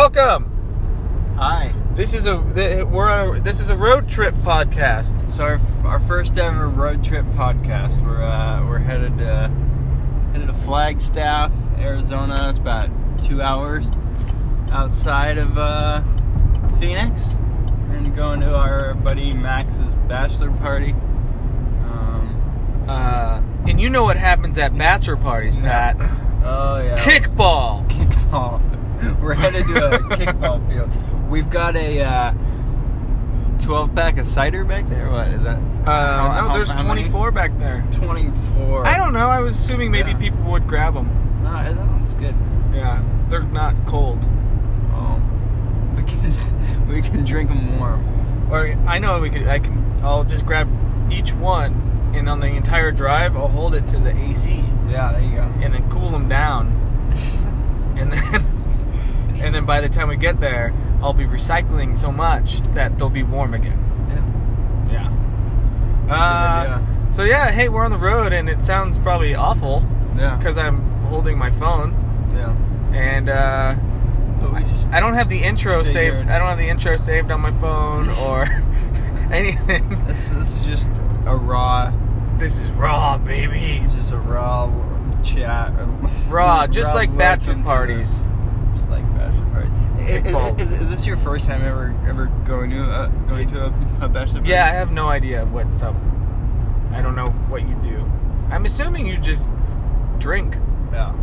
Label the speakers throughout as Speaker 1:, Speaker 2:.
Speaker 1: Welcome.
Speaker 2: Hi.
Speaker 1: This is a th- we're on a, this is a road trip podcast.
Speaker 2: So our, our first ever road trip podcast. We're uh, we're headed to, headed to Flagstaff, Arizona. It's about two hours outside of uh, Phoenix, and going to our buddy Max's bachelor party. Um,
Speaker 1: Uh, and you know what happens at bachelor parties, Pat?
Speaker 2: oh yeah.
Speaker 1: Kickball.
Speaker 2: kickball. We're headed to a kickball field. We've got a uh, 12 pack of cider back there. What is that?
Speaker 1: Uh,
Speaker 2: How-
Speaker 1: no,
Speaker 2: how-
Speaker 1: there's
Speaker 2: how many?
Speaker 1: 24 back there.
Speaker 2: 24.
Speaker 1: I don't know. I was assuming maybe
Speaker 2: Yeah.
Speaker 1: people would grab them.
Speaker 2: No, that one's good.
Speaker 1: Yeah, they're not cold.
Speaker 2: Um, we can we can drink them warm.
Speaker 1: Or I know we could. I can. I'll just grab each one, and on the entire drive, I'll hold it to the AC.
Speaker 2: Yeah, there you go.
Speaker 1: and then cool them down. and then and then by the time we get there, I'll be recycling so much that they'll be warm again.
Speaker 2: Yeah.
Speaker 1: Yeah.
Speaker 2: idea.
Speaker 1: Uh, so yeah, hey, we're on the road and it sounds probably awful
Speaker 2: Yeah.
Speaker 1: because I'm holding my phone
Speaker 2: yeah.
Speaker 1: and uh,
Speaker 2: But we just
Speaker 1: I don't have the intro saved.
Speaker 2: Figured.
Speaker 1: I don't have the intro saved on my phone or anything.
Speaker 2: this, this is just a raw
Speaker 1: This is raw, baby.
Speaker 2: just a raw l- chat. or-
Speaker 1: Raw, just like
Speaker 2: look
Speaker 1: bachelor
Speaker 2: into the-
Speaker 1: parties.
Speaker 2: just like bachelor parties.
Speaker 1: Kickball.
Speaker 2: Is, is, is this your first time ever ever going to a, going to a, a bachelor? Party?
Speaker 1: Yeah, I have no idea what's up. I don't know what you do. I'm assuming you just drink.
Speaker 2: Yeah.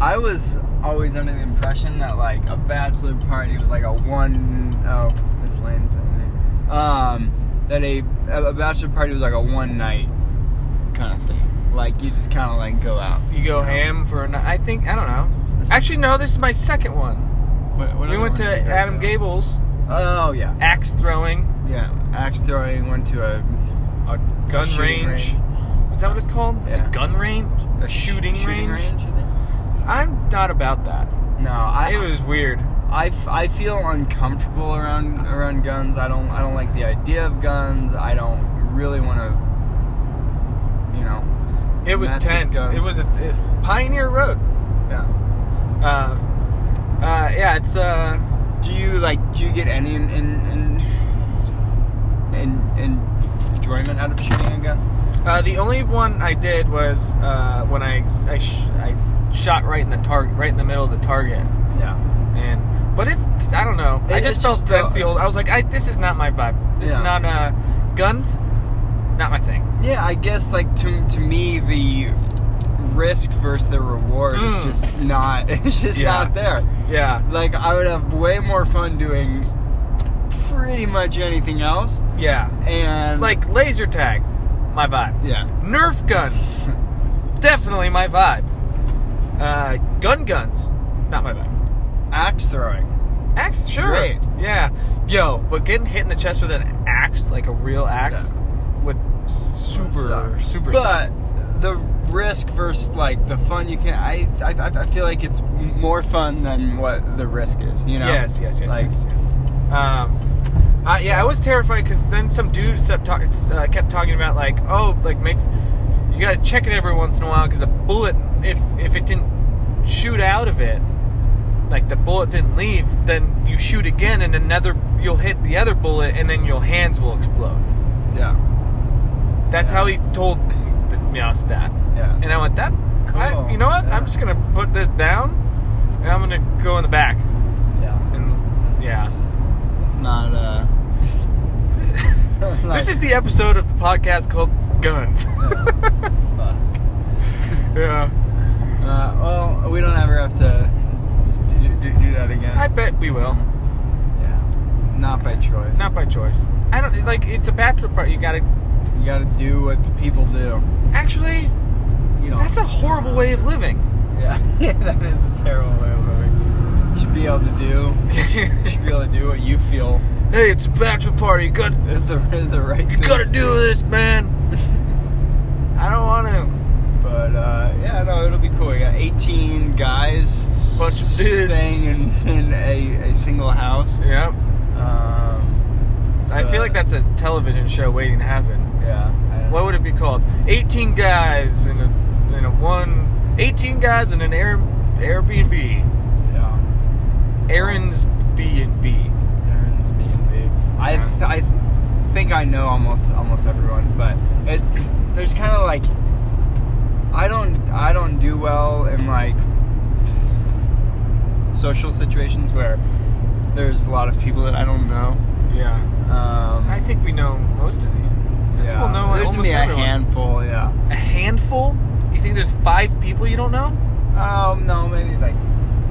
Speaker 2: I was always under the impression that like a bachelor party was like a one oh this lane's um that a a bachelor party was like a one night kind of thing. Like you just kind of like go out.
Speaker 1: You go ham for a night. I think I don't know.
Speaker 2: This-
Speaker 1: Actually, no. This is my second one.
Speaker 2: What, what
Speaker 1: we
Speaker 2: other
Speaker 1: went to
Speaker 2: one did you go
Speaker 1: Adam Gable's
Speaker 2: Oh yeah,
Speaker 1: axe throwing,
Speaker 2: yeah. Axe throwing went to a
Speaker 1: a gun
Speaker 2: shooting
Speaker 1: range. Is that what it's called?
Speaker 2: Yeah.
Speaker 1: A gun range? A
Speaker 2: sh-
Speaker 1: shooting, range?
Speaker 2: I think.
Speaker 1: I'm not about that.
Speaker 2: No, I
Speaker 1: it was weird.
Speaker 2: I, f- I feel uncomfortable around around guns. I don't I don't like the idea of guns. I don't really want to, you know,
Speaker 1: It was
Speaker 2: Massive
Speaker 1: tense.
Speaker 2: guns.
Speaker 1: It was a it- Pioneer Road.
Speaker 2: yeah.
Speaker 1: Uh, uh, yeah. It's uh,
Speaker 2: Do you like? Do you get any in in in, in, enjoyment out of shooting a gun?
Speaker 1: Uh, the only one I did was uh, when I I, sh- I shot right in the target, right in the middle of the target,
Speaker 2: Yeah.
Speaker 1: and but it's I don't know. I
Speaker 2: It-
Speaker 1: just
Speaker 2: it's
Speaker 1: felt
Speaker 2: just the-
Speaker 1: that's the old. I was like, I this is not my vibe. This
Speaker 2: Yeah.
Speaker 1: is not uh, guns, not my thing.
Speaker 2: Yeah, I guess like to to me the risk versus the reward is
Speaker 1: Mm.
Speaker 2: just not it's just
Speaker 1: Yeah.
Speaker 2: not there.
Speaker 1: Yeah,
Speaker 2: Like I would have way more fun doing pretty much anything else.
Speaker 1: yeah.
Speaker 2: And
Speaker 1: Like laser tag, my vibe.
Speaker 2: yeah.
Speaker 1: Nerf guns, definitely my vibe. Uh, gun guns, not my vibe.
Speaker 2: axe throwing.
Speaker 1: Axe, sure.
Speaker 2: Great.
Speaker 1: Yeah. Yo, but getting hit in the chest with an axe, like a real axe, would super,
Speaker 2: Suck.
Speaker 1: super
Speaker 2: But
Speaker 1: suck.
Speaker 2: the risk versus like the fun you can. I, I I I feel like it's more fun than what the risk is. You know.
Speaker 1: yes, yes, yes,
Speaker 2: Like
Speaker 1: yes, yes. Um, I, yeah, I was terrified because then some dude kept, talk, uh, kept talking about like, oh, like make you got to check it every once in a while because a bullet, if if it didn't shoot out of it, like the bullet didn't leave, then you shoot again and another, you'll hit the other bullet and then your hands will explode.
Speaker 2: yeah,
Speaker 1: That's
Speaker 2: Yeah.
Speaker 1: how he told me us that.
Speaker 2: yeah.
Speaker 1: And I went, that, I,
Speaker 2: Cool.
Speaker 1: you know what?
Speaker 2: Yeah.
Speaker 1: I'm just going to put this down and I'm going to go in the back.
Speaker 2: yeah.
Speaker 1: And yeah.
Speaker 2: It's not. Uh, like,
Speaker 1: this is the episode of the podcast called Guns.
Speaker 2: fuck.
Speaker 1: yeah.
Speaker 2: Uh, well, we don't ever have to do, do, do that again.
Speaker 1: I bet we will.
Speaker 2: yeah. Not by choice.
Speaker 1: Not by choice. I don't, like, it's a bachelor party. You gotta,
Speaker 2: You got to do what the people do.
Speaker 1: actually,
Speaker 2: You know.
Speaker 1: that's a horrible way of living.
Speaker 2: Yeah, that is a terrible way of living. You should be able to do. You should be able to do what you feel
Speaker 1: Hey, it's a bachelor party. You got,
Speaker 2: is the is the right
Speaker 1: you
Speaker 2: thing.
Speaker 1: gotta do this, man. I don't want to.
Speaker 2: But uh, yeah, no, it'll be cool. We got 18 guys,
Speaker 1: Bunch of dudes.
Speaker 2: staying in, in a, a single house.
Speaker 1: Yep.
Speaker 2: Um,
Speaker 1: I
Speaker 2: so-
Speaker 1: feel like that's a television show waiting to happen.
Speaker 2: yeah. I don't
Speaker 1: What would it be called? 18 guys in a in a one 18 guys in an Air, Airbnb.
Speaker 2: know. yeah.
Speaker 1: Aaron's B and B.
Speaker 2: Aaron's B and B. I th- I th- think I know almost almost everyone, but it there's kind of like I don't I don't do well in like social situations where there's a lot of people that I don't know.
Speaker 1: Yeah.
Speaker 2: Um,
Speaker 1: I think we know most of these.
Speaker 2: yeah.
Speaker 1: we'll know
Speaker 2: there's gonna be a
Speaker 1: almost everyone.
Speaker 2: handful. Yeah.
Speaker 1: A handful? You think there's five people you don't know?
Speaker 2: Um, no, maybe like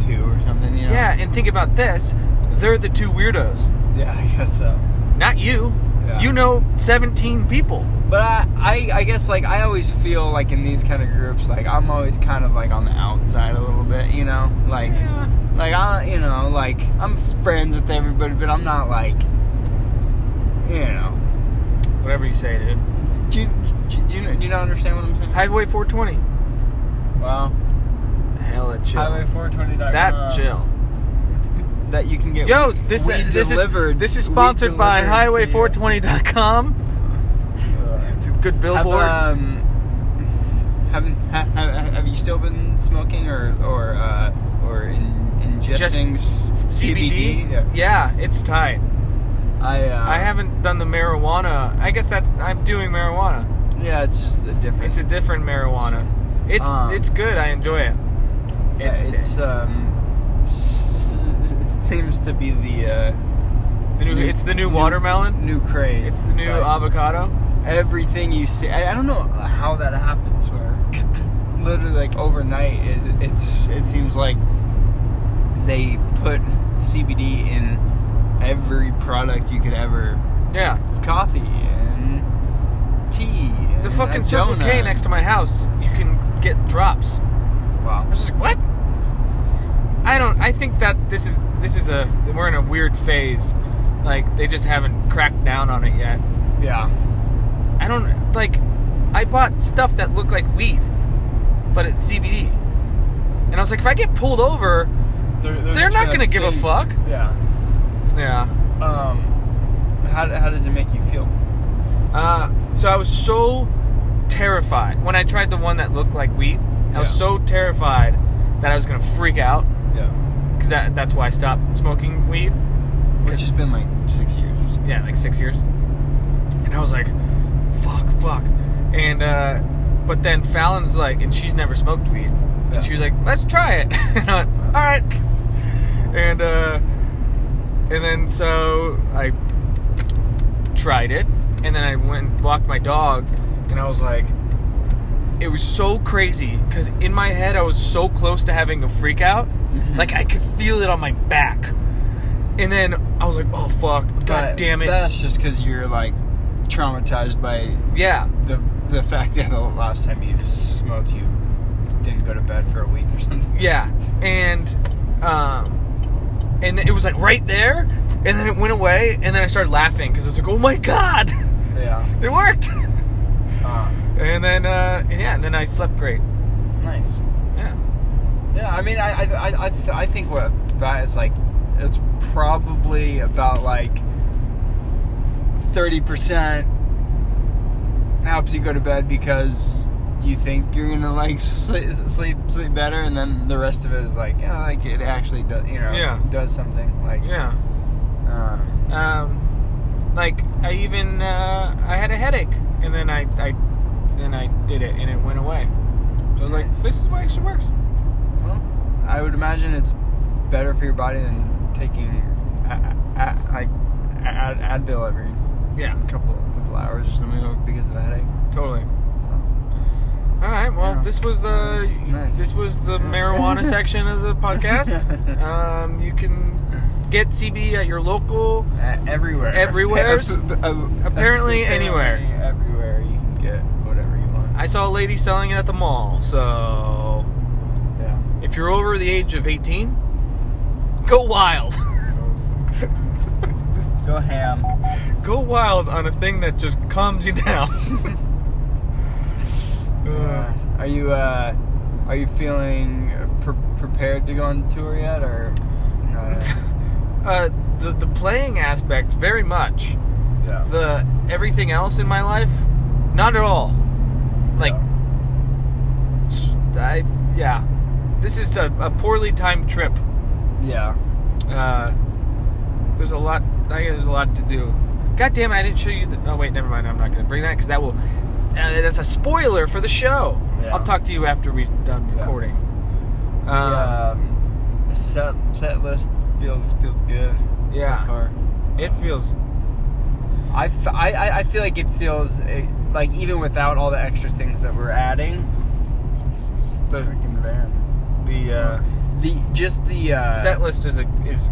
Speaker 2: two or something. You know?
Speaker 1: Yeah, and think about this. They're the two weirdos.
Speaker 2: Yeah, I guess so.
Speaker 1: Not you.
Speaker 2: Yeah.
Speaker 1: You know 17 people.
Speaker 2: But I, I, I guess like I always feel like in these kind of groups, like I'm always kind of like on the outside a little bit, you know, like
Speaker 1: yeah.
Speaker 2: like I, you know, like I'm friends with everybody, but I'm not like, you know,
Speaker 1: Whatever you say, dude.
Speaker 2: do you, do you, do you not understand what I'm saying?
Speaker 1: Highway 420.
Speaker 2: well,
Speaker 1: Hella chill.
Speaker 2: Highway 420.
Speaker 1: That's chill.
Speaker 2: That you can get.
Speaker 1: Yo, this
Speaker 2: we
Speaker 1: is this
Speaker 2: delivered-
Speaker 1: is this is
Speaker 2: we
Speaker 1: sponsored by
Speaker 2: delivered to you.
Speaker 1: highway420.com.
Speaker 2: Uh,
Speaker 1: It's a good
Speaker 2: Have,
Speaker 1: billboard.
Speaker 2: um, have, have, have, have you still been smoking or or uh, or in, ingesting s-
Speaker 1: CBD.
Speaker 2: CBD? Yeah.
Speaker 1: Yeah, it's tight.
Speaker 2: I uh,
Speaker 1: I haven't done the marijuana. I guess that's I'm doing marijuana.
Speaker 2: Yeah, it's just a different.
Speaker 1: It's a different marijuana. It's
Speaker 2: Um,
Speaker 1: it's good. I enjoy it.
Speaker 2: yeah, it's um, s- seems to be the uh,
Speaker 1: The new, it's the new watermelon.
Speaker 2: new craze.
Speaker 1: It's the new
Speaker 2: like
Speaker 1: avocado.
Speaker 2: everything you see. I, I don't know how that happens. Where literally, like overnight, it, it's just- it seems like they put CBD in every product you could ever
Speaker 1: Yeah.
Speaker 2: coffee and tea.
Speaker 1: The
Speaker 2: and
Speaker 1: fucking
Speaker 2: a
Speaker 1: Circle K
Speaker 2: donut.
Speaker 1: next to my house. You can get drops. I
Speaker 2: Wow.
Speaker 1: was just like, what? I don't. I think that this is this is a we're in a weird phase. Like they just haven't cracked down on it yet.
Speaker 2: Yeah.
Speaker 1: I don't like. I bought stuff that looked like weed, but it's CBD. And I was like, if I get pulled over,
Speaker 2: They're,
Speaker 1: They're
Speaker 2: just
Speaker 1: not gonna give a
Speaker 2: think-
Speaker 1: fuck.
Speaker 2: Yeah.
Speaker 1: yeah.
Speaker 2: Um, how, how does it make you feel?
Speaker 1: Uh, so I was so terrified when I tried the one that looked like wheat. I was
Speaker 2: Yeah.
Speaker 1: so terrified that I was gonna freak out
Speaker 2: Yeah,
Speaker 1: because that, that's why I stopped smoking weed.
Speaker 2: which has been like six years or something.
Speaker 1: Yeah, like six years. And I was like, fuck, fuck. And uh, but then Fallon's like, and she's never smoked weed,
Speaker 2: Yeah.
Speaker 1: and she was like, let's try it. and I went, all right. And uh, and then so I tried it, and then I went and walked my dog, and I was like, it was so crazy because in my head I was so close to having a freak out,
Speaker 2: Mhm.
Speaker 1: like I could feel it on my back, and then I was like, oh fuck, god
Speaker 2: That-
Speaker 1: damn it,
Speaker 2: That's just because you're like traumatized by
Speaker 1: yeah,
Speaker 2: the the fact that the last time you smoked, you didn't go to bed for a week or something.
Speaker 1: yeah, and um, and then it was like right there, and then it went away, and then I started laughing because I was like, oh my god,
Speaker 2: Yeah.
Speaker 1: it worked,
Speaker 2: Uh,
Speaker 1: and then uh, yeah, and then I slept great,
Speaker 2: nice.
Speaker 1: yeah,
Speaker 2: Yeah, I mean, I I I, I, th- I think what that is like, it's probably about like thirty percent helps you go to bed because you think you're gonna like sleep sleep, sleep better, and then the rest of it is like, yeah, like it actually does, you know,
Speaker 1: Yeah.
Speaker 2: does something like,
Speaker 1: yeah.
Speaker 2: um,
Speaker 1: um, like I even uh, I had a headache, and then I I then I did it, and it went away. So I was
Speaker 2: Nice.
Speaker 1: like, this is why it works.
Speaker 2: well, I would imagine it's better for your body than taking a, a, a, like Ad- Advil every
Speaker 1: Yeah,
Speaker 2: couple couple hours or something because of a headache.
Speaker 1: totally.
Speaker 2: So.
Speaker 1: All right. Well,
Speaker 2: Yeah.
Speaker 1: this was the
Speaker 2: Nice.
Speaker 1: this was the marijuana section of the podcast. Um, you can get CB at your local.
Speaker 2: Uh, everywhere.
Speaker 1: Everywhere?
Speaker 2: Apparently
Speaker 1: anywhere.
Speaker 2: Everywhere you can get whatever you want.
Speaker 1: I saw a lady selling it at the mall. So
Speaker 2: Yeah.
Speaker 1: if you're over the age of 18, go wild.
Speaker 2: Go ham.
Speaker 1: go wild on a thing that just calms you down.
Speaker 2: Uh, are you uh, are you feeling pre- prepared to go on tour yet, or? Uh,
Speaker 1: uh, the the playing aspect very much.
Speaker 2: yeah.
Speaker 1: The everything else in my life, not at all. Like s- I yeah, this is a, a poorly timed trip.
Speaker 2: Yeah.
Speaker 1: Uh, there's a lot. I guess there's a lot to do. God damn it! I didn't show you. The, oh wait, never mind. I'm not going to bring that because that will. Uh, that's a spoiler for the show.
Speaker 2: Yeah.
Speaker 1: I'll talk to you after we're done
Speaker 2: Yeah.
Speaker 1: recording. Um,
Speaker 2: Um, the set set list feels feels good.
Speaker 1: Yeah.
Speaker 2: So far.
Speaker 1: It feels.
Speaker 2: I, f- I, I- I feel like it feels eh, like even without all the extra things that we're adding, the
Speaker 1: Those-
Speaker 2: freaking van,
Speaker 1: The uh,
Speaker 2: the just the uh,
Speaker 1: set list is a is.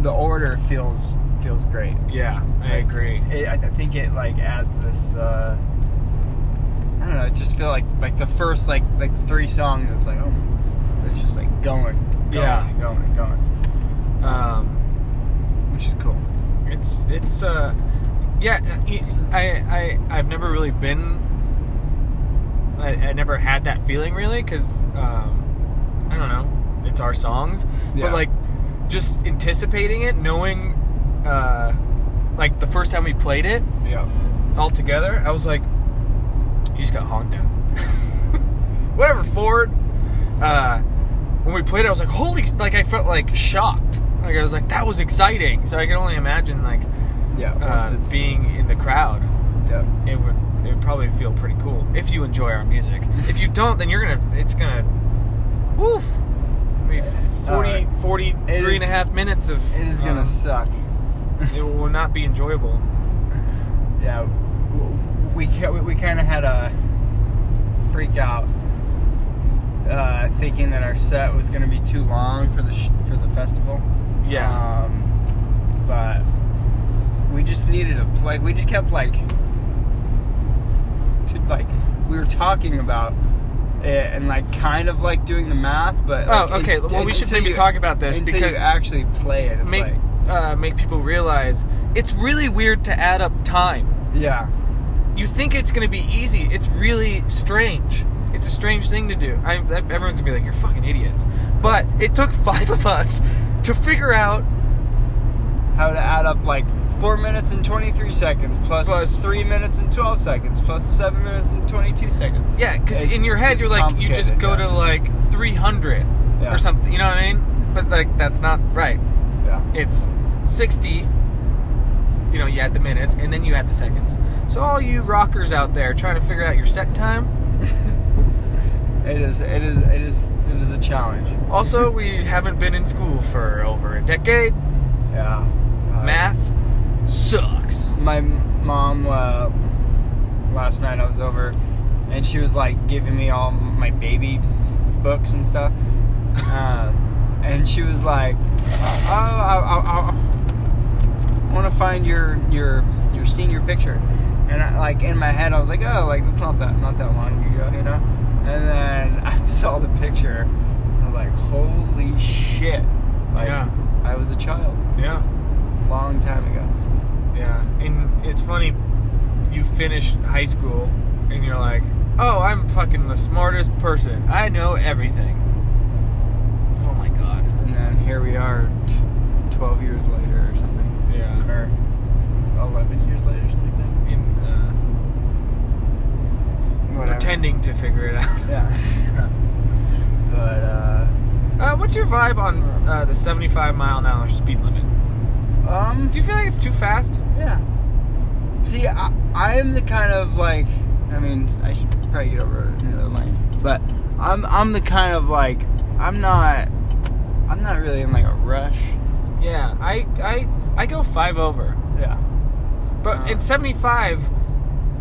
Speaker 2: the order feels feels great.
Speaker 1: Yeah, I agree.
Speaker 2: It, I, I think it like adds this. Uh, I don't know. It just feel like like the first like like three songs. It's like oh, it's just like going, going
Speaker 1: Yeah.
Speaker 2: and going and going,
Speaker 1: Um,
Speaker 2: which is cool.
Speaker 1: It's it's uh yeah I I I've never really been I, I never had that feeling really because um, I don't know it's our songs
Speaker 2: Yeah.
Speaker 1: but like just anticipating it knowing uh, like the first time we played it
Speaker 2: Yeah.
Speaker 1: all together I was like you just got honked at whatever Ford uh, when we played it I was like holy like I felt like shocked like I was like that was exciting so I can only imagine like
Speaker 2: Yeah.
Speaker 1: uh,
Speaker 2: once it's-
Speaker 1: being in the crowd,
Speaker 2: Yeah.
Speaker 1: it would it would probably feel pretty cool if you enjoy our music. if you don't, then you're gonna it's gonna woof. Be 40,
Speaker 2: Alright.
Speaker 1: 43
Speaker 2: It is-
Speaker 1: and a half minutes of
Speaker 2: It is gonna
Speaker 1: um,
Speaker 2: suck.
Speaker 1: it will not be enjoyable.
Speaker 2: Yeah, w- we ca- we, we kind of had a freak out uh, thinking that our set was going to be too long for the sh- for the festival.
Speaker 1: Yeah,
Speaker 2: Um, but we just needed a like we just kept like to, like we were talking about it and like kind of like doing the math, but like,
Speaker 1: Oh, okay,
Speaker 2: it's-
Speaker 1: well, we should
Speaker 2: until
Speaker 1: maybe
Speaker 2: you-
Speaker 1: talk about this
Speaker 2: until
Speaker 1: because-
Speaker 2: you actually play it. It's
Speaker 1: make
Speaker 2: like
Speaker 1: uh, make people realize it's really weird to add up time.
Speaker 2: yeah,
Speaker 1: You think it's gonna be easy. It's really strange. It's a strange thing to do. I, everyone's gonna be like, "You're fucking idiots," but it took five of us to figure out
Speaker 2: how to add up like four minutes and 23 seconds plus,
Speaker 1: Plus-
Speaker 2: plus three minutes and 12 seconds plus seven minutes and 22 seconds
Speaker 1: Yeah, because
Speaker 2: It-
Speaker 1: in your head
Speaker 2: it's
Speaker 1: you're like you just go to
Speaker 2: complicated,
Speaker 1: like 300
Speaker 2: Yeah.
Speaker 1: or something. You know what I mean? But like that's not right.
Speaker 2: yeah
Speaker 1: It's 60. You know, you add the minutes and then you add the seconds. So all you rockers out there trying to figure out your set time.
Speaker 2: it is it is it is it is a challenge
Speaker 1: Also, we haven't been in school for over a decade.
Speaker 2: yeah Uh,
Speaker 1: Math sucks.
Speaker 2: my m- mom uh, last night i was over and she was like giving me all my baby books and stuff um, and she was like oh i, I, I, I want to find your your your senior picture and I, like in my head i was like oh like it's not that not that long ago you know and then i saw the picture and i'm like holy shit like
Speaker 1: Yeah.
Speaker 2: i was a child
Speaker 1: Yeah.
Speaker 2: long time ago
Speaker 1: Yeah, and it's funny. You finish high school, and you're like, "Oh, I'm fucking the smartest person. I know everything." Oh my god.
Speaker 2: And then here we are, t- 12 years later or something.
Speaker 1: Yeah.
Speaker 2: Or 11 years later or something.
Speaker 1: In, uh,
Speaker 2: Whatever.
Speaker 1: pretending to figure it out.
Speaker 2: Yeah. but, uh,
Speaker 1: Uh, what's your vibe on uh, the 75 mile an hour speed limit?
Speaker 2: um,
Speaker 1: Do you feel like it's too fast?
Speaker 2: yeah. See, I, I'm the kind of like, I mean, I should probably get over in the other lane. But I'm, I'm the kind of like, I'm not, I'm not really in like a rush.
Speaker 1: Yeah, I I I go five over,
Speaker 2: Yeah.
Speaker 1: but
Speaker 2: Uh-huh.
Speaker 1: in 75,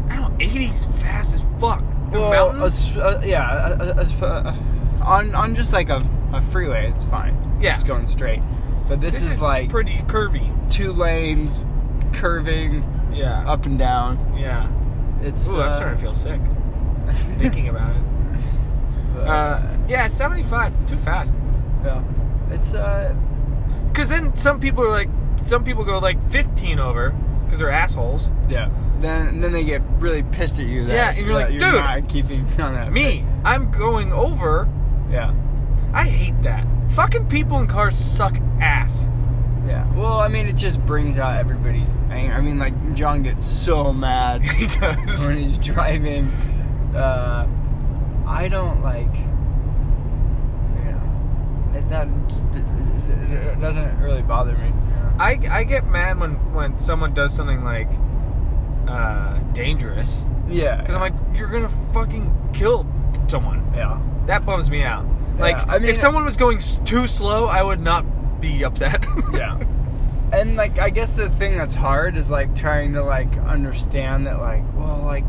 Speaker 1: I don't. 80's fast as fuck. The
Speaker 2: Well,
Speaker 1: mountains?
Speaker 2: a s uh, yeah, a- a- a s- uh, on on just like a, a freeway, it's fine.
Speaker 1: Yeah.
Speaker 2: just going straight. But this,
Speaker 1: this,
Speaker 2: is, like
Speaker 1: pretty curvy.
Speaker 2: two lanes, curving
Speaker 1: Yeah.
Speaker 2: up and down.
Speaker 1: yeah.
Speaker 2: It's.
Speaker 1: Ooh,
Speaker 2: uh,
Speaker 1: I'm starting to feel sick thinking about it.
Speaker 2: but,
Speaker 1: Uh, yeah, 75, too fast.
Speaker 2: yeah. It's uh,
Speaker 1: Because then some people are like, some people go like 15 over because they're assholes.
Speaker 2: yeah. Then then they get really pissed at you. That,
Speaker 1: Yeah, and you're like,
Speaker 2: that you're
Speaker 1: "Dude,
Speaker 2: not keeping on that.
Speaker 1: Me, I'm going over.
Speaker 2: Yeah,
Speaker 1: I hate that. Fucking people in cars suck ass.
Speaker 2: yeah. Well, I mean, it just brings out everybody's anger. I mean, like John gets so mad.
Speaker 1: he does.
Speaker 2: when he's driving. Uh, I don't like, you know, it, that it doesn't really bother me.
Speaker 1: I, I get mad when when someone does something like uh, dangerous
Speaker 2: Yeah.
Speaker 1: because I'm like, you're gonna fucking kill someone.
Speaker 2: yeah.
Speaker 1: That bums me out. Like,
Speaker 2: Yeah, I mean-
Speaker 1: if someone was going s- too slow, I would not be upset.
Speaker 2: yeah and like i guess the thing that's hard is like trying to like understand that like well like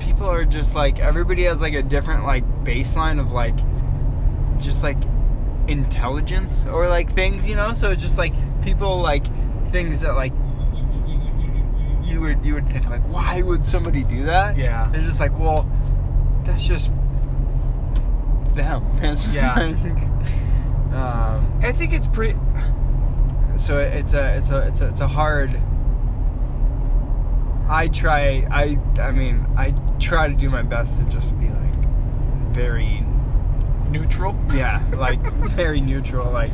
Speaker 2: people are just like everybody has like a different like baseline of like just like intelligence or like things you know so it's just like people like things that like y- y- y- you would you would think like why would somebody do that
Speaker 1: Yeah.
Speaker 2: they're just like well that's just them that's just
Speaker 1: Yeah.
Speaker 2: like, um
Speaker 1: I think it's pretty.
Speaker 2: so it- it's a it's a it's a, it's a hard i try i i mean i try to do my best to just be like very
Speaker 1: neutral.
Speaker 2: yeah like very neutral like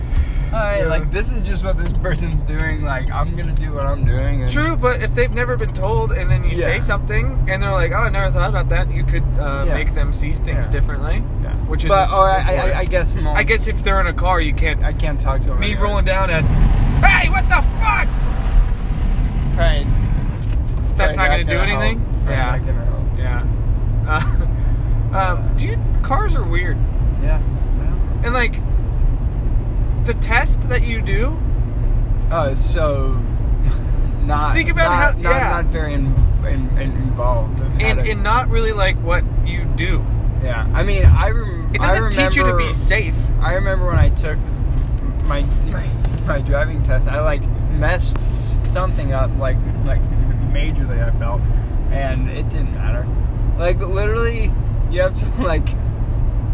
Speaker 2: all right
Speaker 1: Yeah.
Speaker 2: like this is just what this person's doing like i'm gonna do what i'm doing and
Speaker 1: True, but if they've never been told, and then you
Speaker 2: Yeah.
Speaker 1: say something, and they're like, "Oh, I never thought about that," you could uh,
Speaker 2: Yeah.
Speaker 1: make them see things
Speaker 2: Yeah.
Speaker 1: differently.
Speaker 2: yeah.
Speaker 1: Which is
Speaker 2: but or I, I
Speaker 1: important.
Speaker 2: i guess more
Speaker 1: I guess if they're in a car, you can't.
Speaker 2: i can't talk to him
Speaker 1: me
Speaker 2: right now.
Speaker 1: rolling down and, hey, what the fuck?
Speaker 2: Probably-
Speaker 1: That's
Speaker 2: probably
Speaker 1: not gonna do
Speaker 2: help.
Speaker 1: anything.
Speaker 2: Probably
Speaker 1: Yeah.
Speaker 2: not gonna help.
Speaker 1: Yeah. Uh, um, do you, cars are weird,
Speaker 2: yeah yeah.
Speaker 1: and like the test that you do.
Speaker 2: Oh, so not
Speaker 1: Think about
Speaker 2: not,
Speaker 1: how-
Speaker 2: not,
Speaker 1: yeah.
Speaker 2: not very in, in, in involved in how
Speaker 1: and,
Speaker 2: to-
Speaker 1: and not really like what you do.
Speaker 2: yeah. I mean, I, rem-
Speaker 1: It
Speaker 2: I
Speaker 1: doesn't
Speaker 2: remember,
Speaker 1: teach you to be safe.
Speaker 2: I remember when I took my my, my driving test, I like messed s- something up like like majorly. I felt, and it didn't matter. Like literally, you have to like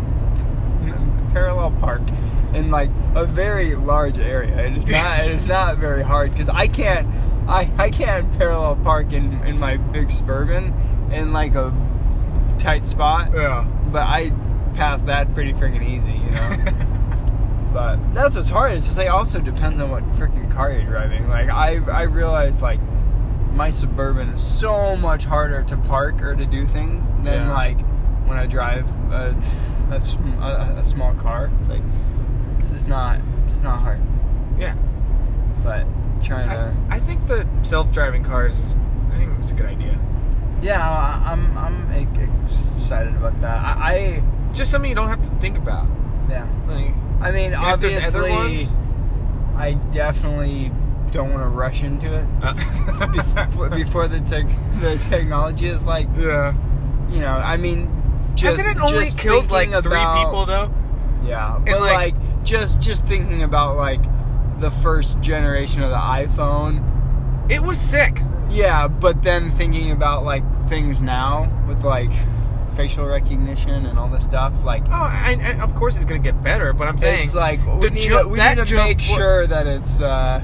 Speaker 2: m- parallel park in like a very large area. It is not it is not very hard because I can't I, I can't parallel park in in my big suburban in like a tight spot
Speaker 1: Yeah.
Speaker 2: but I passed that pretty freaking easy, you know. but that's what's hard. It's just like also depends on what freaking car you're driving. Like I I realized like my suburban is so much harder to park or to do things than
Speaker 1: Yeah.
Speaker 2: like when I drive a, a, sm- a, a small car. It's like this is not it's not hard,
Speaker 1: yeah.
Speaker 2: but trying to.
Speaker 1: I, I think the self-driving cars. Is, I think it's a good idea.
Speaker 2: yeah, I, I'm I'm e- excited about that. I, I
Speaker 1: Just something you don't have to think about.
Speaker 2: yeah.
Speaker 1: Like
Speaker 2: I mean,
Speaker 1: And if there's other
Speaker 2: obviously,
Speaker 1: ones?
Speaker 2: I definitely don't want to rush into it before, before the tech the technology is like
Speaker 1: yeah.
Speaker 2: you know. I mean, just
Speaker 1: Hasn't it only
Speaker 2: just
Speaker 1: killed like
Speaker 2: thinking
Speaker 1: three
Speaker 2: about-
Speaker 1: people though?
Speaker 2: Yeah, but like,
Speaker 1: like-
Speaker 2: just just thinking about like the first generation of the iPhone.
Speaker 1: It was sick.
Speaker 2: Yeah, but then thinking about like things now with like facial recognition and all this stuff, like.
Speaker 1: Oh, and, and of course it's gonna get better. But I'm saying
Speaker 2: It's like we
Speaker 1: the
Speaker 2: need,
Speaker 1: ju-
Speaker 2: to, we
Speaker 1: that
Speaker 2: need to
Speaker 1: jump
Speaker 2: make
Speaker 1: wa-
Speaker 2: sure that it's uh,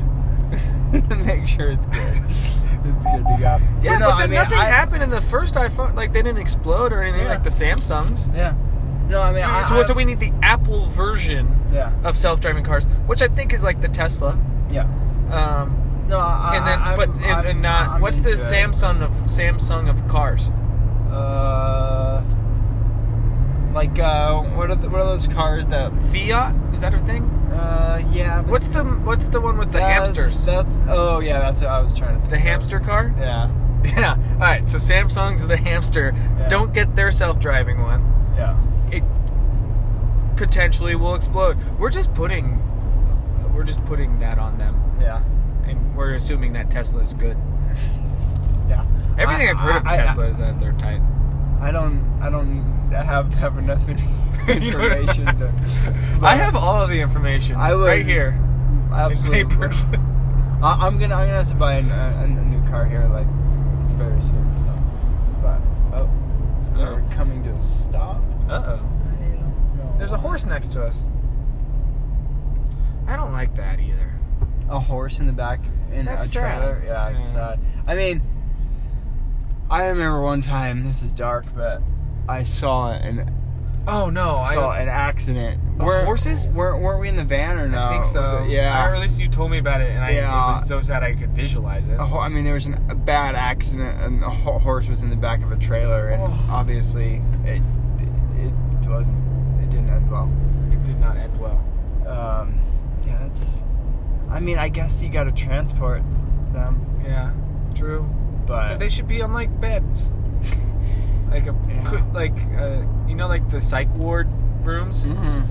Speaker 2: make sure it's good. it's good to go.
Speaker 1: Yeah,
Speaker 2: no,
Speaker 1: but
Speaker 2: I
Speaker 1: then
Speaker 2: mean,
Speaker 1: nothing
Speaker 2: I-
Speaker 1: happened in the first iPhone. Like they didn't explode or anything
Speaker 2: Yeah.
Speaker 1: like the Samsungs.
Speaker 2: Yeah. No, I mean, I,
Speaker 1: so,
Speaker 2: I-
Speaker 1: so we need the Apple version
Speaker 2: Yeah.
Speaker 1: of self-driving cars, which I think is like the Tesla.
Speaker 2: Yeah.
Speaker 1: Um,
Speaker 2: No, I,
Speaker 1: and then,
Speaker 2: I, I'm-
Speaker 1: but and,
Speaker 2: I'm-
Speaker 1: and not.
Speaker 2: I'm
Speaker 1: what's the
Speaker 2: into it.
Speaker 1: Samsung of Samsung of cars?
Speaker 2: Uh, like uh, what are the, what are those cars that?
Speaker 1: Fiat is that her thing?
Speaker 2: Uh, yeah. But
Speaker 1: What's the What's the one with the
Speaker 2: that's-
Speaker 1: hamsters?
Speaker 2: That's oh yeah, that's what I was trying to. Think
Speaker 1: the
Speaker 2: of.
Speaker 1: hamster car?
Speaker 2: Yeah.
Speaker 1: Yeah. All right. So Samsung's the hamster.
Speaker 2: Yeah.
Speaker 1: Don't get their self-driving one.
Speaker 2: Yeah.
Speaker 1: It potentially will explode. We're just putting. We're just putting that on them,
Speaker 2: Yeah.
Speaker 1: and we're assuming that Tesla is good.
Speaker 2: Yeah.
Speaker 1: Everything I,
Speaker 2: I,
Speaker 1: have heard of
Speaker 2: I- I-
Speaker 1: Tesla is that they're tight.
Speaker 2: I don't. I don't have have enough in-
Speaker 1: You don't-
Speaker 2: information. to,
Speaker 1: I have all of the information
Speaker 2: I would-
Speaker 1: right here in
Speaker 2: absolutely.
Speaker 1: papers.
Speaker 2: I, I'm gonna. I'm gonna have to buy an, uh, a, a new car here, like very soon. So, but oh, we're
Speaker 1: Oh.
Speaker 2: coming to a stop.
Speaker 1: Uh
Speaker 2: I
Speaker 1: oh.
Speaker 2: don't know.
Speaker 1: There's a horse next to us. I don't like that either.
Speaker 2: A horse in the back in
Speaker 1: That's
Speaker 2: a trailer.
Speaker 1: sad.
Speaker 2: Yeah, it's
Speaker 1: Yeah.
Speaker 2: sad. I mean, I remember one time. This is dark, but I saw an
Speaker 1: Oh no,
Speaker 2: saw
Speaker 1: I,
Speaker 2: an accident.
Speaker 1: Of horses?
Speaker 2: Weren't, weren't we in the van or no?
Speaker 1: I think
Speaker 2: Was
Speaker 1: so.
Speaker 2: it- yeah.
Speaker 1: Or at least you told me about it, and I,
Speaker 2: Yeah. Oh.
Speaker 1: it was so sad I could visualize it.
Speaker 2: a ho- I mean, there was an, a bad accident, and the ho- horse was in the back of a trailer, and
Speaker 1: Oh.
Speaker 2: obviously, it, it it wasn't. It didn't end well.
Speaker 1: It did not end well.
Speaker 2: Um, yeah, that's. I mean, I guess you got to transport them,
Speaker 1: Yeah, true.
Speaker 2: but
Speaker 1: they should be on like beds, like a
Speaker 2: Yeah.
Speaker 1: cou- like uh, you know like the psych ward rooms.
Speaker 2: Mhm.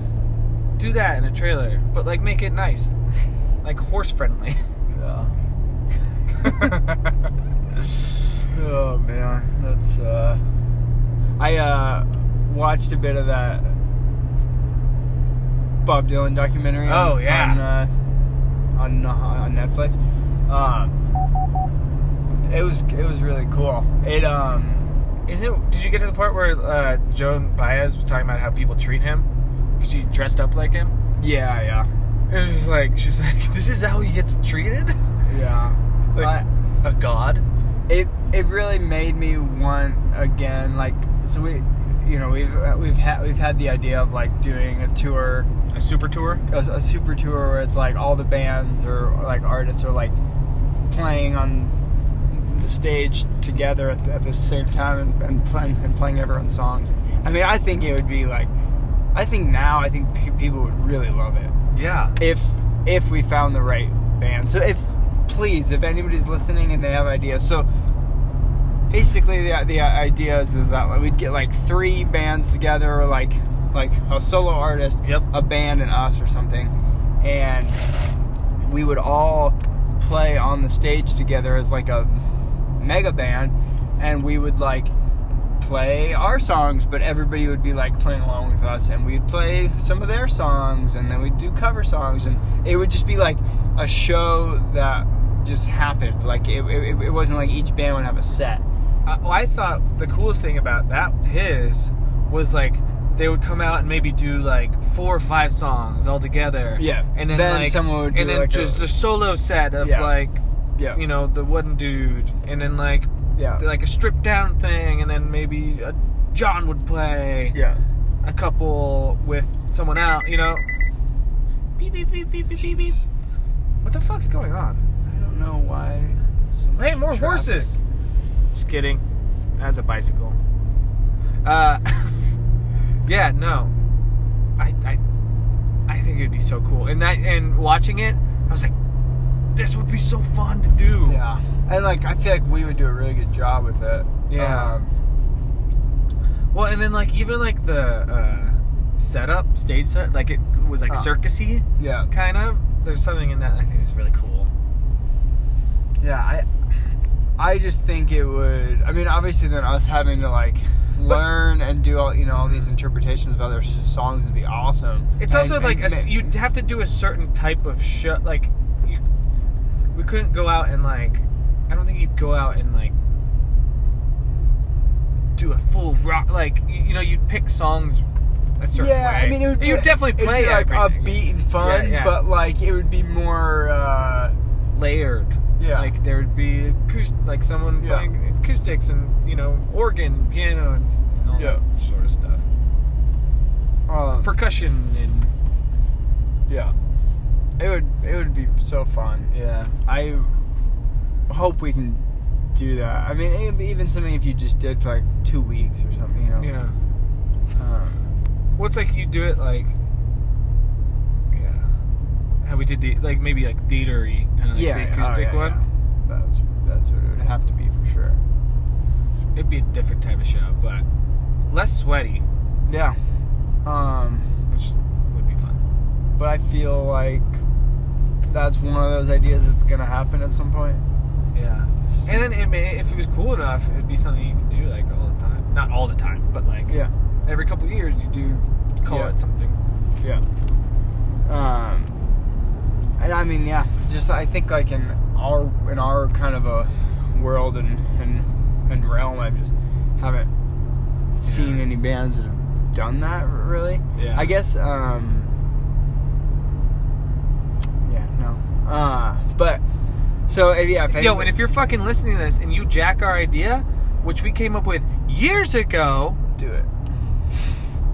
Speaker 1: Do that in a trailer, but like make it nice, like horse friendly.
Speaker 2: Yeah. Oh man, that's uh I uh watched a bit of that Bob Dylan documentary. on-
Speaker 1: Oh, yeah.
Speaker 2: on, uh, on on Netflix. Um, it was it was really cool. It um
Speaker 1: Is it? Did you get to the part where uh, Joan Baez was talking about how people treat him? 'Cause she dressed up like him.
Speaker 2: yeah yeah
Speaker 1: It was just like she's like, "This is how he gets treated,
Speaker 2: yeah.
Speaker 1: like
Speaker 2: But-
Speaker 1: a god."
Speaker 2: it it really made me want again like so we you know we've uh, we've had we've had the idea of like doing a tour
Speaker 1: A super tour.
Speaker 2: a, a super tour where it's like all the bands or like artists are like playing on the stage together at the, at the same time and, and playing and playing everyone's songs. I mean, I think it would be like, I think now I think pe- people would really love it
Speaker 1: Yeah.
Speaker 2: if if we found the right band. So if please, if anybody's listening and they have ideas, so basically the the idea is, is that we'd get like three bands together, or like like a solo artist,
Speaker 1: Yep.
Speaker 2: a band, and us or something, and we would all play on the stage together as like a mega band, and we would like play our songs, but everybody would be like playing along with us, and we'd play some of their songs, and then we'd do cover songs, and it would just be like a show that just happened. Like it, it, it wasn't like each band would have a set.
Speaker 1: I, well, I thought the coolest thing about that his was like they would come out and maybe do like four or five songs all together.
Speaker 2: Yeah.
Speaker 1: and then,
Speaker 2: Then
Speaker 1: like,
Speaker 2: someone would do,
Speaker 1: and then
Speaker 2: like, a-
Speaker 1: just the solo set of
Speaker 2: Yeah.
Speaker 1: like
Speaker 2: Yeah,
Speaker 1: you know the one dude, and then like
Speaker 2: yeah,
Speaker 1: like a stripped down thing, and then maybe a John would play
Speaker 2: yeah.
Speaker 1: a couple with someone out. You know, beep beep beep beep beep beep. beep. What the fuck's going on?
Speaker 2: I don't know why. so much
Speaker 1: Hey, more
Speaker 2: traffic.
Speaker 1: horses. Just kidding. That's a bicycle. Uh, yeah, no. I, I, I think it'd be so cool. And that, and watching it, I was like, this would be so fun to do.
Speaker 2: Yeah, and like I feel like we would do a really good job with it.
Speaker 1: Yeah.
Speaker 2: Um,
Speaker 1: Well, and then like even like the uh, setup, stage set, like it was like
Speaker 2: Uh.
Speaker 1: circusy
Speaker 2: yeah.
Speaker 1: kind of. There's something in that I think is really cool.
Speaker 2: Yeah, I I just think it would I mean obviously then us having to like learn and do all you know all these interpretations of other s- songs would be awesome.
Speaker 1: It's
Speaker 2: And-
Speaker 1: also
Speaker 2: and
Speaker 1: like a, s-
Speaker 2: ma-
Speaker 1: you'd have to do a certain type of show. Like, you, we couldn't go out and like. I don't think you'd go out and like do a full rock. Like you, you know, you'd pick songs a certain
Speaker 2: yeah,
Speaker 1: way.
Speaker 2: I mean it would be,
Speaker 1: you'd definitely
Speaker 2: it'd
Speaker 1: play
Speaker 2: be, like
Speaker 1: everything.
Speaker 2: upbeat and fun,
Speaker 1: Yeah, yeah.
Speaker 2: but like it would be more uh
Speaker 1: layered.
Speaker 2: Yeah.
Speaker 1: like there would be acoust- like someone
Speaker 2: Yeah.
Speaker 1: playing acoustics and you know organ, piano, and, s- and all
Speaker 2: Yeah.
Speaker 1: that sort of stuff.
Speaker 2: um,
Speaker 1: Percussion and
Speaker 2: yeah. It would it would be so fun.
Speaker 1: yeah,
Speaker 2: I hope we can do that. I mean, it'd be even something if you just did for like two weeks or something, you know.
Speaker 1: yeah.
Speaker 2: Um,
Speaker 1: What's like you do it like? Yeah, how we did the like maybe like theatery kind of like the acoustic
Speaker 2: oh, yeah,
Speaker 1: one.
Speaker 2: yeah. That's that's what it would have to be for sure.
Speaker 1: It'd be a different type of show, but less sweaty,
Speaker 2: Yeah. Um,
Speaker 1: which would be fun.
Speaker 2: but I feel like that's one of those ideas that's gonna happen at some point.
Speaker 1: Yeah,
Speaker 2: It's just
Speaker 1: and
Speaker 2: like-
Speaker 1: then it may, if it was cool enough, it'd be something you could do like all the time. Not all the time, but like
Speaker 2: yeah,
Speaker 1: every couple years you do call
Speaker 2: Yeah.
Speaker 1: it something.
Speaker 2: yeah. Um, and I mean, yeah, just I think like in our in our kind of a world and and and realm, I just haven't seen any bands that have done that really.
Speaker 1: Yeah.
Speaker 2: I guess. Um, yeah. No. Uh, but so if- yeah. If
Speaker 1: Yo,
Speaker 2: anybody-
Speaker 1: and if you're fucking listening to this and you jack our idea, which we came up with years ago,
Speaker 2: do it,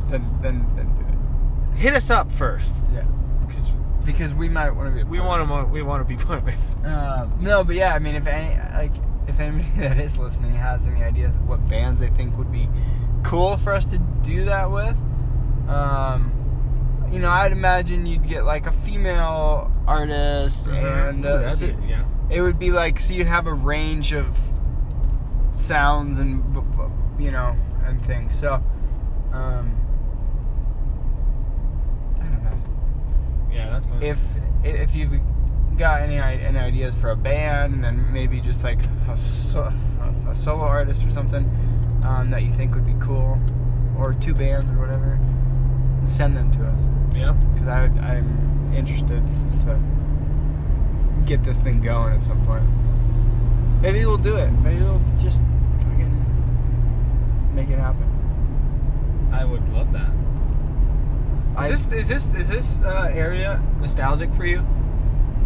Speaker 2: then then then do
Speaker 1: hit us up first
Speaker 2: it. Yeah.
Speaker 1: because
Speaker 2: Because we might want to be. a
Speaker 1: we
Speaker 2: part of
Speaker 1: want to we want to be part of it.
Speaker 2: it. Um, no, but yeah. I mean, if any like if anybody that is listening has any ideas of what bands they think would be cool for us to do that with, um, you know, I'd imagine you'd get like a female artist, and
Speaker 1: Uh-huh. Ooh,
Speaker 2: uh,
Speaker 1: that'd
Speaker 2: so-
Speaker 1: be- yeah.
Speaker 2: it would be like so you'd have a range of sounds and b- b- you know and things. So, um, I don't know
Speaker 1: Yeah, that's fun.
Speaker 2: if if you've got any i- any ideas for a band, and then maybe just like a, so, a solo artist or something um, that you think would be cool, or two bands or whatever, send them to us
Speaker 1: yeah.
Speaker 2: because I I'm interested to get this thing going at some point. Maybe we'll do it. Maybe we'll just fucking make it happen.
Speaker 1: I would love that.
Speaker 2: I-
Speaker 1: Is this is this is this uh, area nostalgic for you?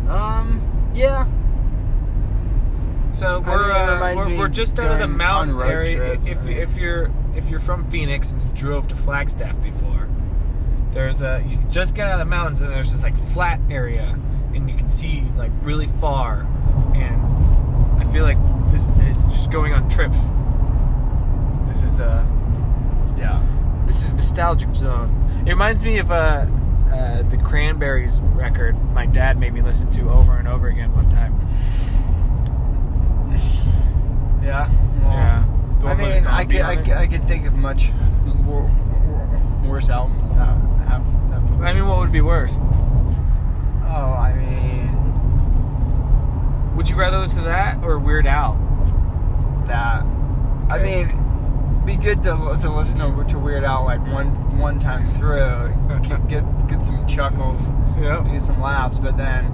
Speaker 2: Um. Yeah.
Speaker 1: So
Speaker 2: think
Speaker 1: we're
Speaker 2: it
Speaker 1: uh,
Speaker 2: reminds
Speaker 1: we're,
Speaker 2: me
Speaker 1: we're just out of the
Speaker 2: going
Speaker 1: mountain
Speaker 2: on road
Speaker 1: area.
Speaker 2: trips,
Speaker 1: if
Speaker 2: I mean.
Speaker 1: if you're if you're from Phoenix and drove to Flagstaff before, there's a you just get out of the mountains and there's this like flat area and you can see like really far and I feel like this it, just going on trips. This is uh
Speaker 2: Yeah.
Speaker 1: this is nostalgic zone. It reminds me of uh, uh, the Cranberries record my dad made me listen to over and over again one time.
Speaker 2: Yeah.
Speaker 1: Yeah. The
Speaker 2: I
Speaker 1: one with
Speaker 2: mean, I
Speaker 1: zombie
Speaker 2: could,
Speaker 1: on
Speaker 2: I,
Speaker 1: it.
Speaker 2: could, I could think of much wor- wor- worse albums that I have to, have to
Speaker 1: I mean, what would be worse?
Speaker 2: Oh, I mean
Speaker 1: Would you rather listen to that or Weird Al?
Speaker 2: that. I
Speaker 1: Okay.
Speaker 2: mean, be good to, li- to listen to, to Weird Al like one one time through, get get, get some chuckles,
Speaker 1: Yeah.
Speaker 2: get some laughs, but then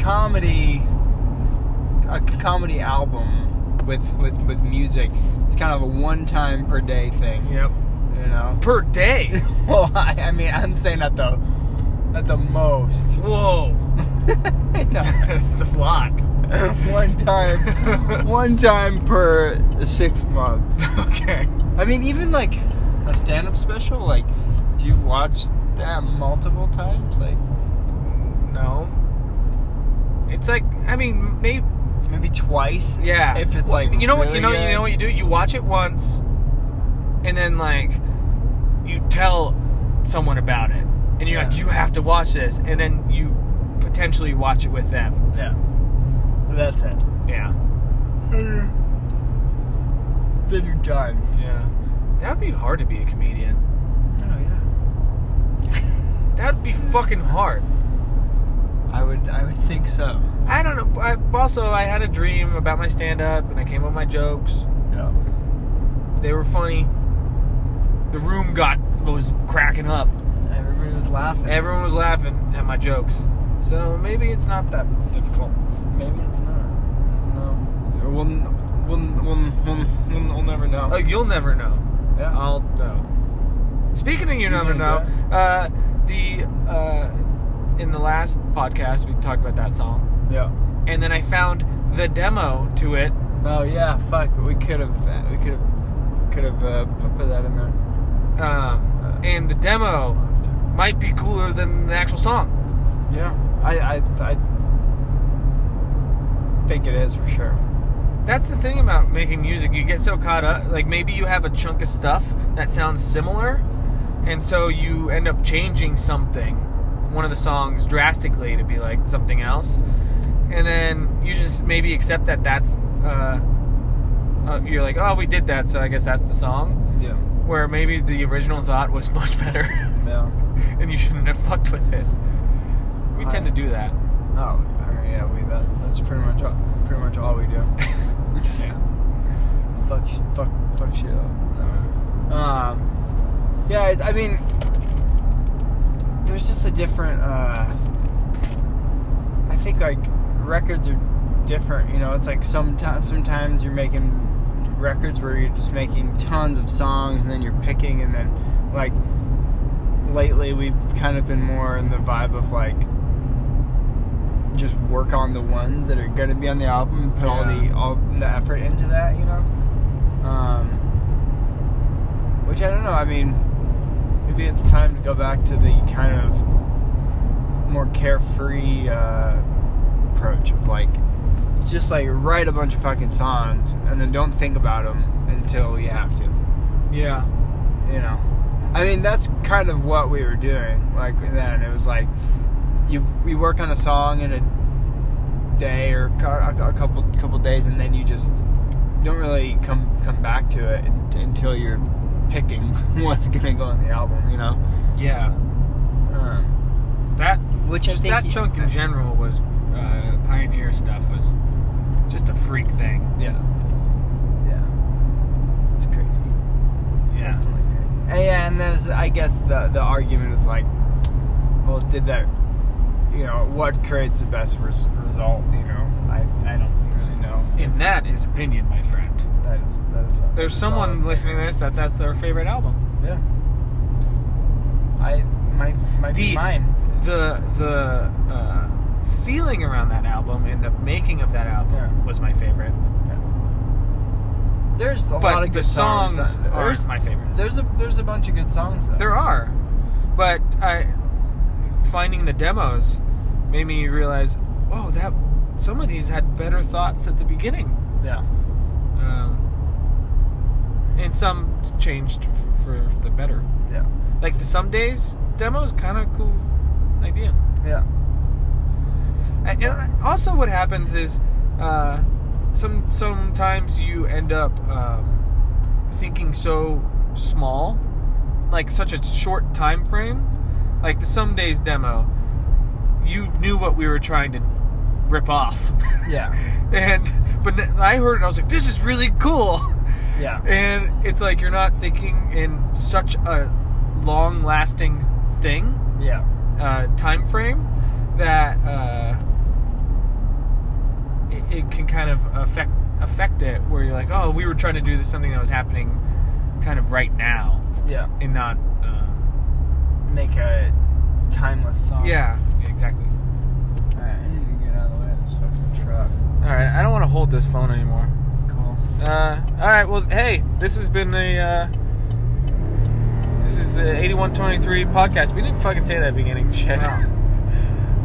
Speaker 2: comedy, a c- comedy album with with with music, it's kind of a one time per day thing.
Speaker 1: Yep.
Speaker 2: You know.
Speaker 1: Per day.
Speaker 2: Well, I, I mean, I'm saying at the at the most.
Speaker 1: Whoa.
Speaker 2: You know,
Speaker 1: That's a lot.
Speaker 2: one time, one time per six months.
Speaker 1: okay.
Speaker 2: I mean, even like a stand-up special. Like, do you watch that multiple times? Like,
Speaker 1: No. It's like I mean maybe
Speaker 2: maybe twice.
Speaker 1: yeah.
Speaker 2: If it's
Speaker 1: Well,
Speaker 2: like
Speaker 1: you know what
Speaker 2: really
Speaker 1: you know
Speaker 2: good.
Speaker 1: you know what you do you watch it once, and then like you tell someone about it, and you're like
Speaker 2: Yeah.
Speaker 1: you have to watch this, and then you potentially watch it with them.
Speaker 2: Yeah. That's it.
Speaker 1: Yeah.
Speaker 2: Then you're done.
Speaker 1: Yeah. That'd be hard to be a comedian.
Speaker 2: Oh yeah.
Speaker 1: That'd be fucking hard.
Speaker 2: I would. I would think so.
Speaker 1: I don't know. I, also, I had a dream about my stand up and I came up with my jokes.
Speaker 2: Yeah.
Speaker 1: They were funny. The room got was cracking up.
Speaker 2: Everybody was laughing.
Speaker 1: Everyone was laughing at my jokes. So maybe it's not that difficult.
Speaker 2: Maybe it's not. No. We'll, we'll, we'll, we'll, we'll, we'll never know.
Speaker 1: Oh, you'll never know.
Speaker 2: yeah.
Speaker 1: I'll know. Speaking of you
Speaker 2: You're
Speaker 1: never know, uh,
Speaker 2: gonna
Speaker 1: the uh, in the last podcast we talked about that song,
Speaker 2: yeah.
Speaker 1: and then I found the demo to it.
Speaker 2: Oh yeah. Fuck. We could have. We could have. Could have uh, pu- put that in there.
Speaker 1: Um, and the demo might be cooler than the actual song.
Speaker 2: Yeah. I. I. I think it is for sure.
Speaker 1: That's the thing about making music. You get so caught up. Like maybe you have a chunk of stuff that sounds similar, and so you end up changing something, one of the songs drastically to be like something else, and then you just maybe accept that that's. Uh, uh, you're like, oh, we did that, so I guess that's the song.
Speaker 2: Yeah.
Speaker 1: Where maybe the original thought was much better,
Speaker 2: Yeah.
Speaker 1: and you shouldn't have fucked with it. We tend
Speaker 2: I-
Speaker 1: to do that.
Speaker 2: Oh. I mean, yeah. We. That, that's pretty much. All, pretty much all we do.
Speaker 1: Yeah.
Speaker 2: fuck, sh- fuck, fuck shit up. Um, yeah, it's, I mean, there's just a different. Uh, I think like records are different. You know, it's like sometimes sometimes you're making records where you're just making tons of songs and then you're picking and then like lately we've kind of been more in the vibe of like just work on the ones that are going to be on the album and put all
Speaker 1: Yeah.
Speaker 2: the all the effort into that you know um which i don't know i mean maybe it's time to go back to the kind of more carefree uh, approach of like it's just like write a bunch of fucking songs and then don't think about them until you have to
Speaker 1: Yeah.
Speaker 2: you know I mean, that's kind of what we were doing. Like then, it was like you we work on a song in a day or cou- a a couple couple days, and then you just don't really come come back to it un- until you're picking what's gonna go on the album. You know,
Speaker 1: Yeah.
Speaker 2: um,
Speaker 1: That
Speaker 3: Which I
Speaker 1: just
Speaker 3: think
Speaker 1: that
Speaker 3: you-
Speaker 1: chunk in general was uh, pioneer stuff was just a freak thing.
Speaker 2: yeah, yeah, it's crazy. Definitely crazy. And yeah, and there's I guess the the argument is like, well, did that, you know, what creates the best res- result? You know, I I don't really know.
Speaker 1: And that is opinion, my friend.
Speaker 2: That is that is.
Speaker 1: There's someone listening to this that that's their favorite album.
Speaker 2: Yeah. I might might be
Speaker 1: The-
Speaker 2: mine.
Speaker 1: The the uh, feeling around that album and the making of that album
Speaker 2: Yeah.
Speaker 1: was my favorite.
Speaker 2: There's a
Speaker 1: but
Speaker 2: lot of
Speaker 1: the
Speaker 2: good songs. Uh,
Speaker 1: songs are
Speaker 2: there's
Speaker 1: my favorite.
Speaker 2: there's a there's a bunch of good songs. Though.
Speaker 1: There are, but I finding the demos made me realize, whoa, that some of these had better thoughts at the beginning,
Speaker 2: Yeah.
Speaker 1: um, and some changed f- for the better.
Speaker 2: Yeah.
Speaker 1: Like the some days demos, kind of cool idea.
Speaker 2: Yeah.
Speaker 1: And and also, what happens is, uh, some sometimes you end up um, thinking so small, like such a short time frame, like the some days demo. You knew what we were trying to rip off,
Speaker 2: Yeah.
Speaker 1: and but n- I heard it. I was like, "This is really cool,"
Speaker 2: Yeah.
Speaker 1: and it's like you're not thinking in such a long-lasting thing
Speaker 2: Yeah.
Speaker 1: uh, time frame that uh, it, it can kind of affect affect it where you're like oh we were trying to do this something that was happening kind of right now
Speaker 2: Yeah.
Speaker 1: and not uh,
Speaker 2: Make a timeless song.
Speaker 1: yeah exactly
Speaker 2: All right. I need to get out of the way of this fucking truck.
Speaker 1: all right i don't want to hold this phone anymore
Speaker 2: Cool.
Speaker 1: uh, all right well hey this has been a uh, this is the 8123 podcast we didn't fucking say that beginning shit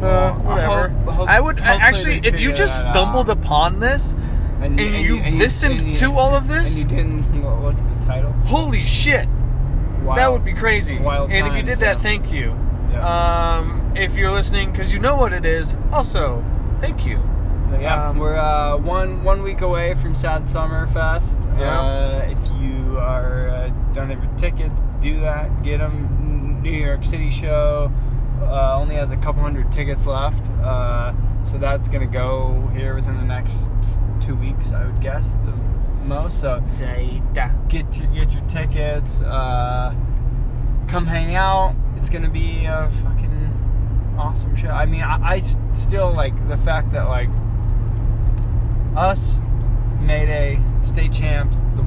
Speaker 1: Uh,
Speaker 2: Wow. Well, I
Speaker 1: whatever.
Speaker 2: hope- I hope-
Speaker 1: I would I-
Speaker 2: hopefully
Speaker 1: actually,
Speaker 2: they
Speaker 1: if you
Speaker 2: figure
Speaker 1: just
Speaker 2: that out.
Speaker 1: stumbled upon this, and
Speaker 2: And,
Speaker 1: you listened to all of this?
Speaker 2: And you didn't lo- look at the title.
Speaker 1: holy shit, that
Speaker 2: Wild-
Speaker 1: would be crazy.
Speaker 2: Wild
Speaker 1: and if you
Speaker 2: times,
Speaker 1: did that,
Speaker 2: yeah.
Speaker 1: thank you.
Speaker 2: Yeah.
Speaker 1: Um, if you're listening because you know what it is, also thank you.
Speaker 2: But yeah,
Speaker 1: um,
Speaker 2: we're uh, one one week away from Sad Summer Fest.
Speaker 1: Yeah.
Speaker 2: Uh, if you are uh, don't have a ticket, do that. Get them. New York City show uh, only has a couple hundred tickets left, uh, so that's gonna go here within the next two weeks, I would guess, at the most. So get your, get your tickets. Uh, come hang out. It's gonna be a fucking awesome show. I mean, I, I s- still like the fact that like us, Mayday, State Champs, the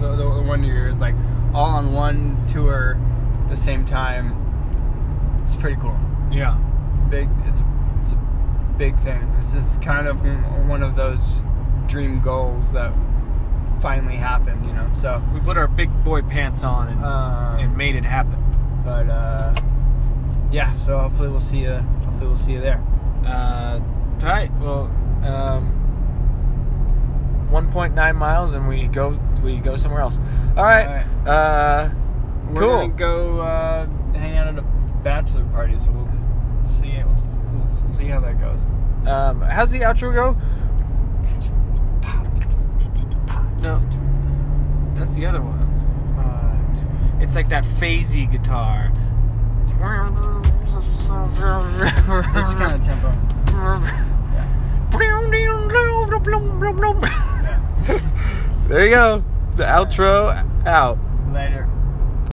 Speaker 2: the, the, the Wonder Year is like all on one tour, at the same time. It's pretty cool
Speaker 1: Yeah.
Speaker 2: big. It's a, it's a big thing. This is kind of m- one of those dream goals that finally happened, you know. So,
Speaker 1: We put our big boy pants on and,
Speaker 2: um,
Speaker 1: and made it happen.
Speaker 2: but uh, yeah. So hopefully we'll see you. Hopefully we'll see you there.
Speaker 1: Uh, tight. Well, um, 1.9 miles, and we go we go somewhere else. All right. Uh,
Speaker 2: We're
Speaker 1: cool.
Speaker 2: gonna go uh, hang out at a bachelor party. So we'll see. We'll, s- we'll s- see how that goes.
Speaker 1: Um, how's the outro go? No, that's the other one. Uh, it's like that phasey guitar.
Speaker 2: This kind of tempo. Yeah.
Speaker 1: there you go. The outro out.
Speaker 2: Later.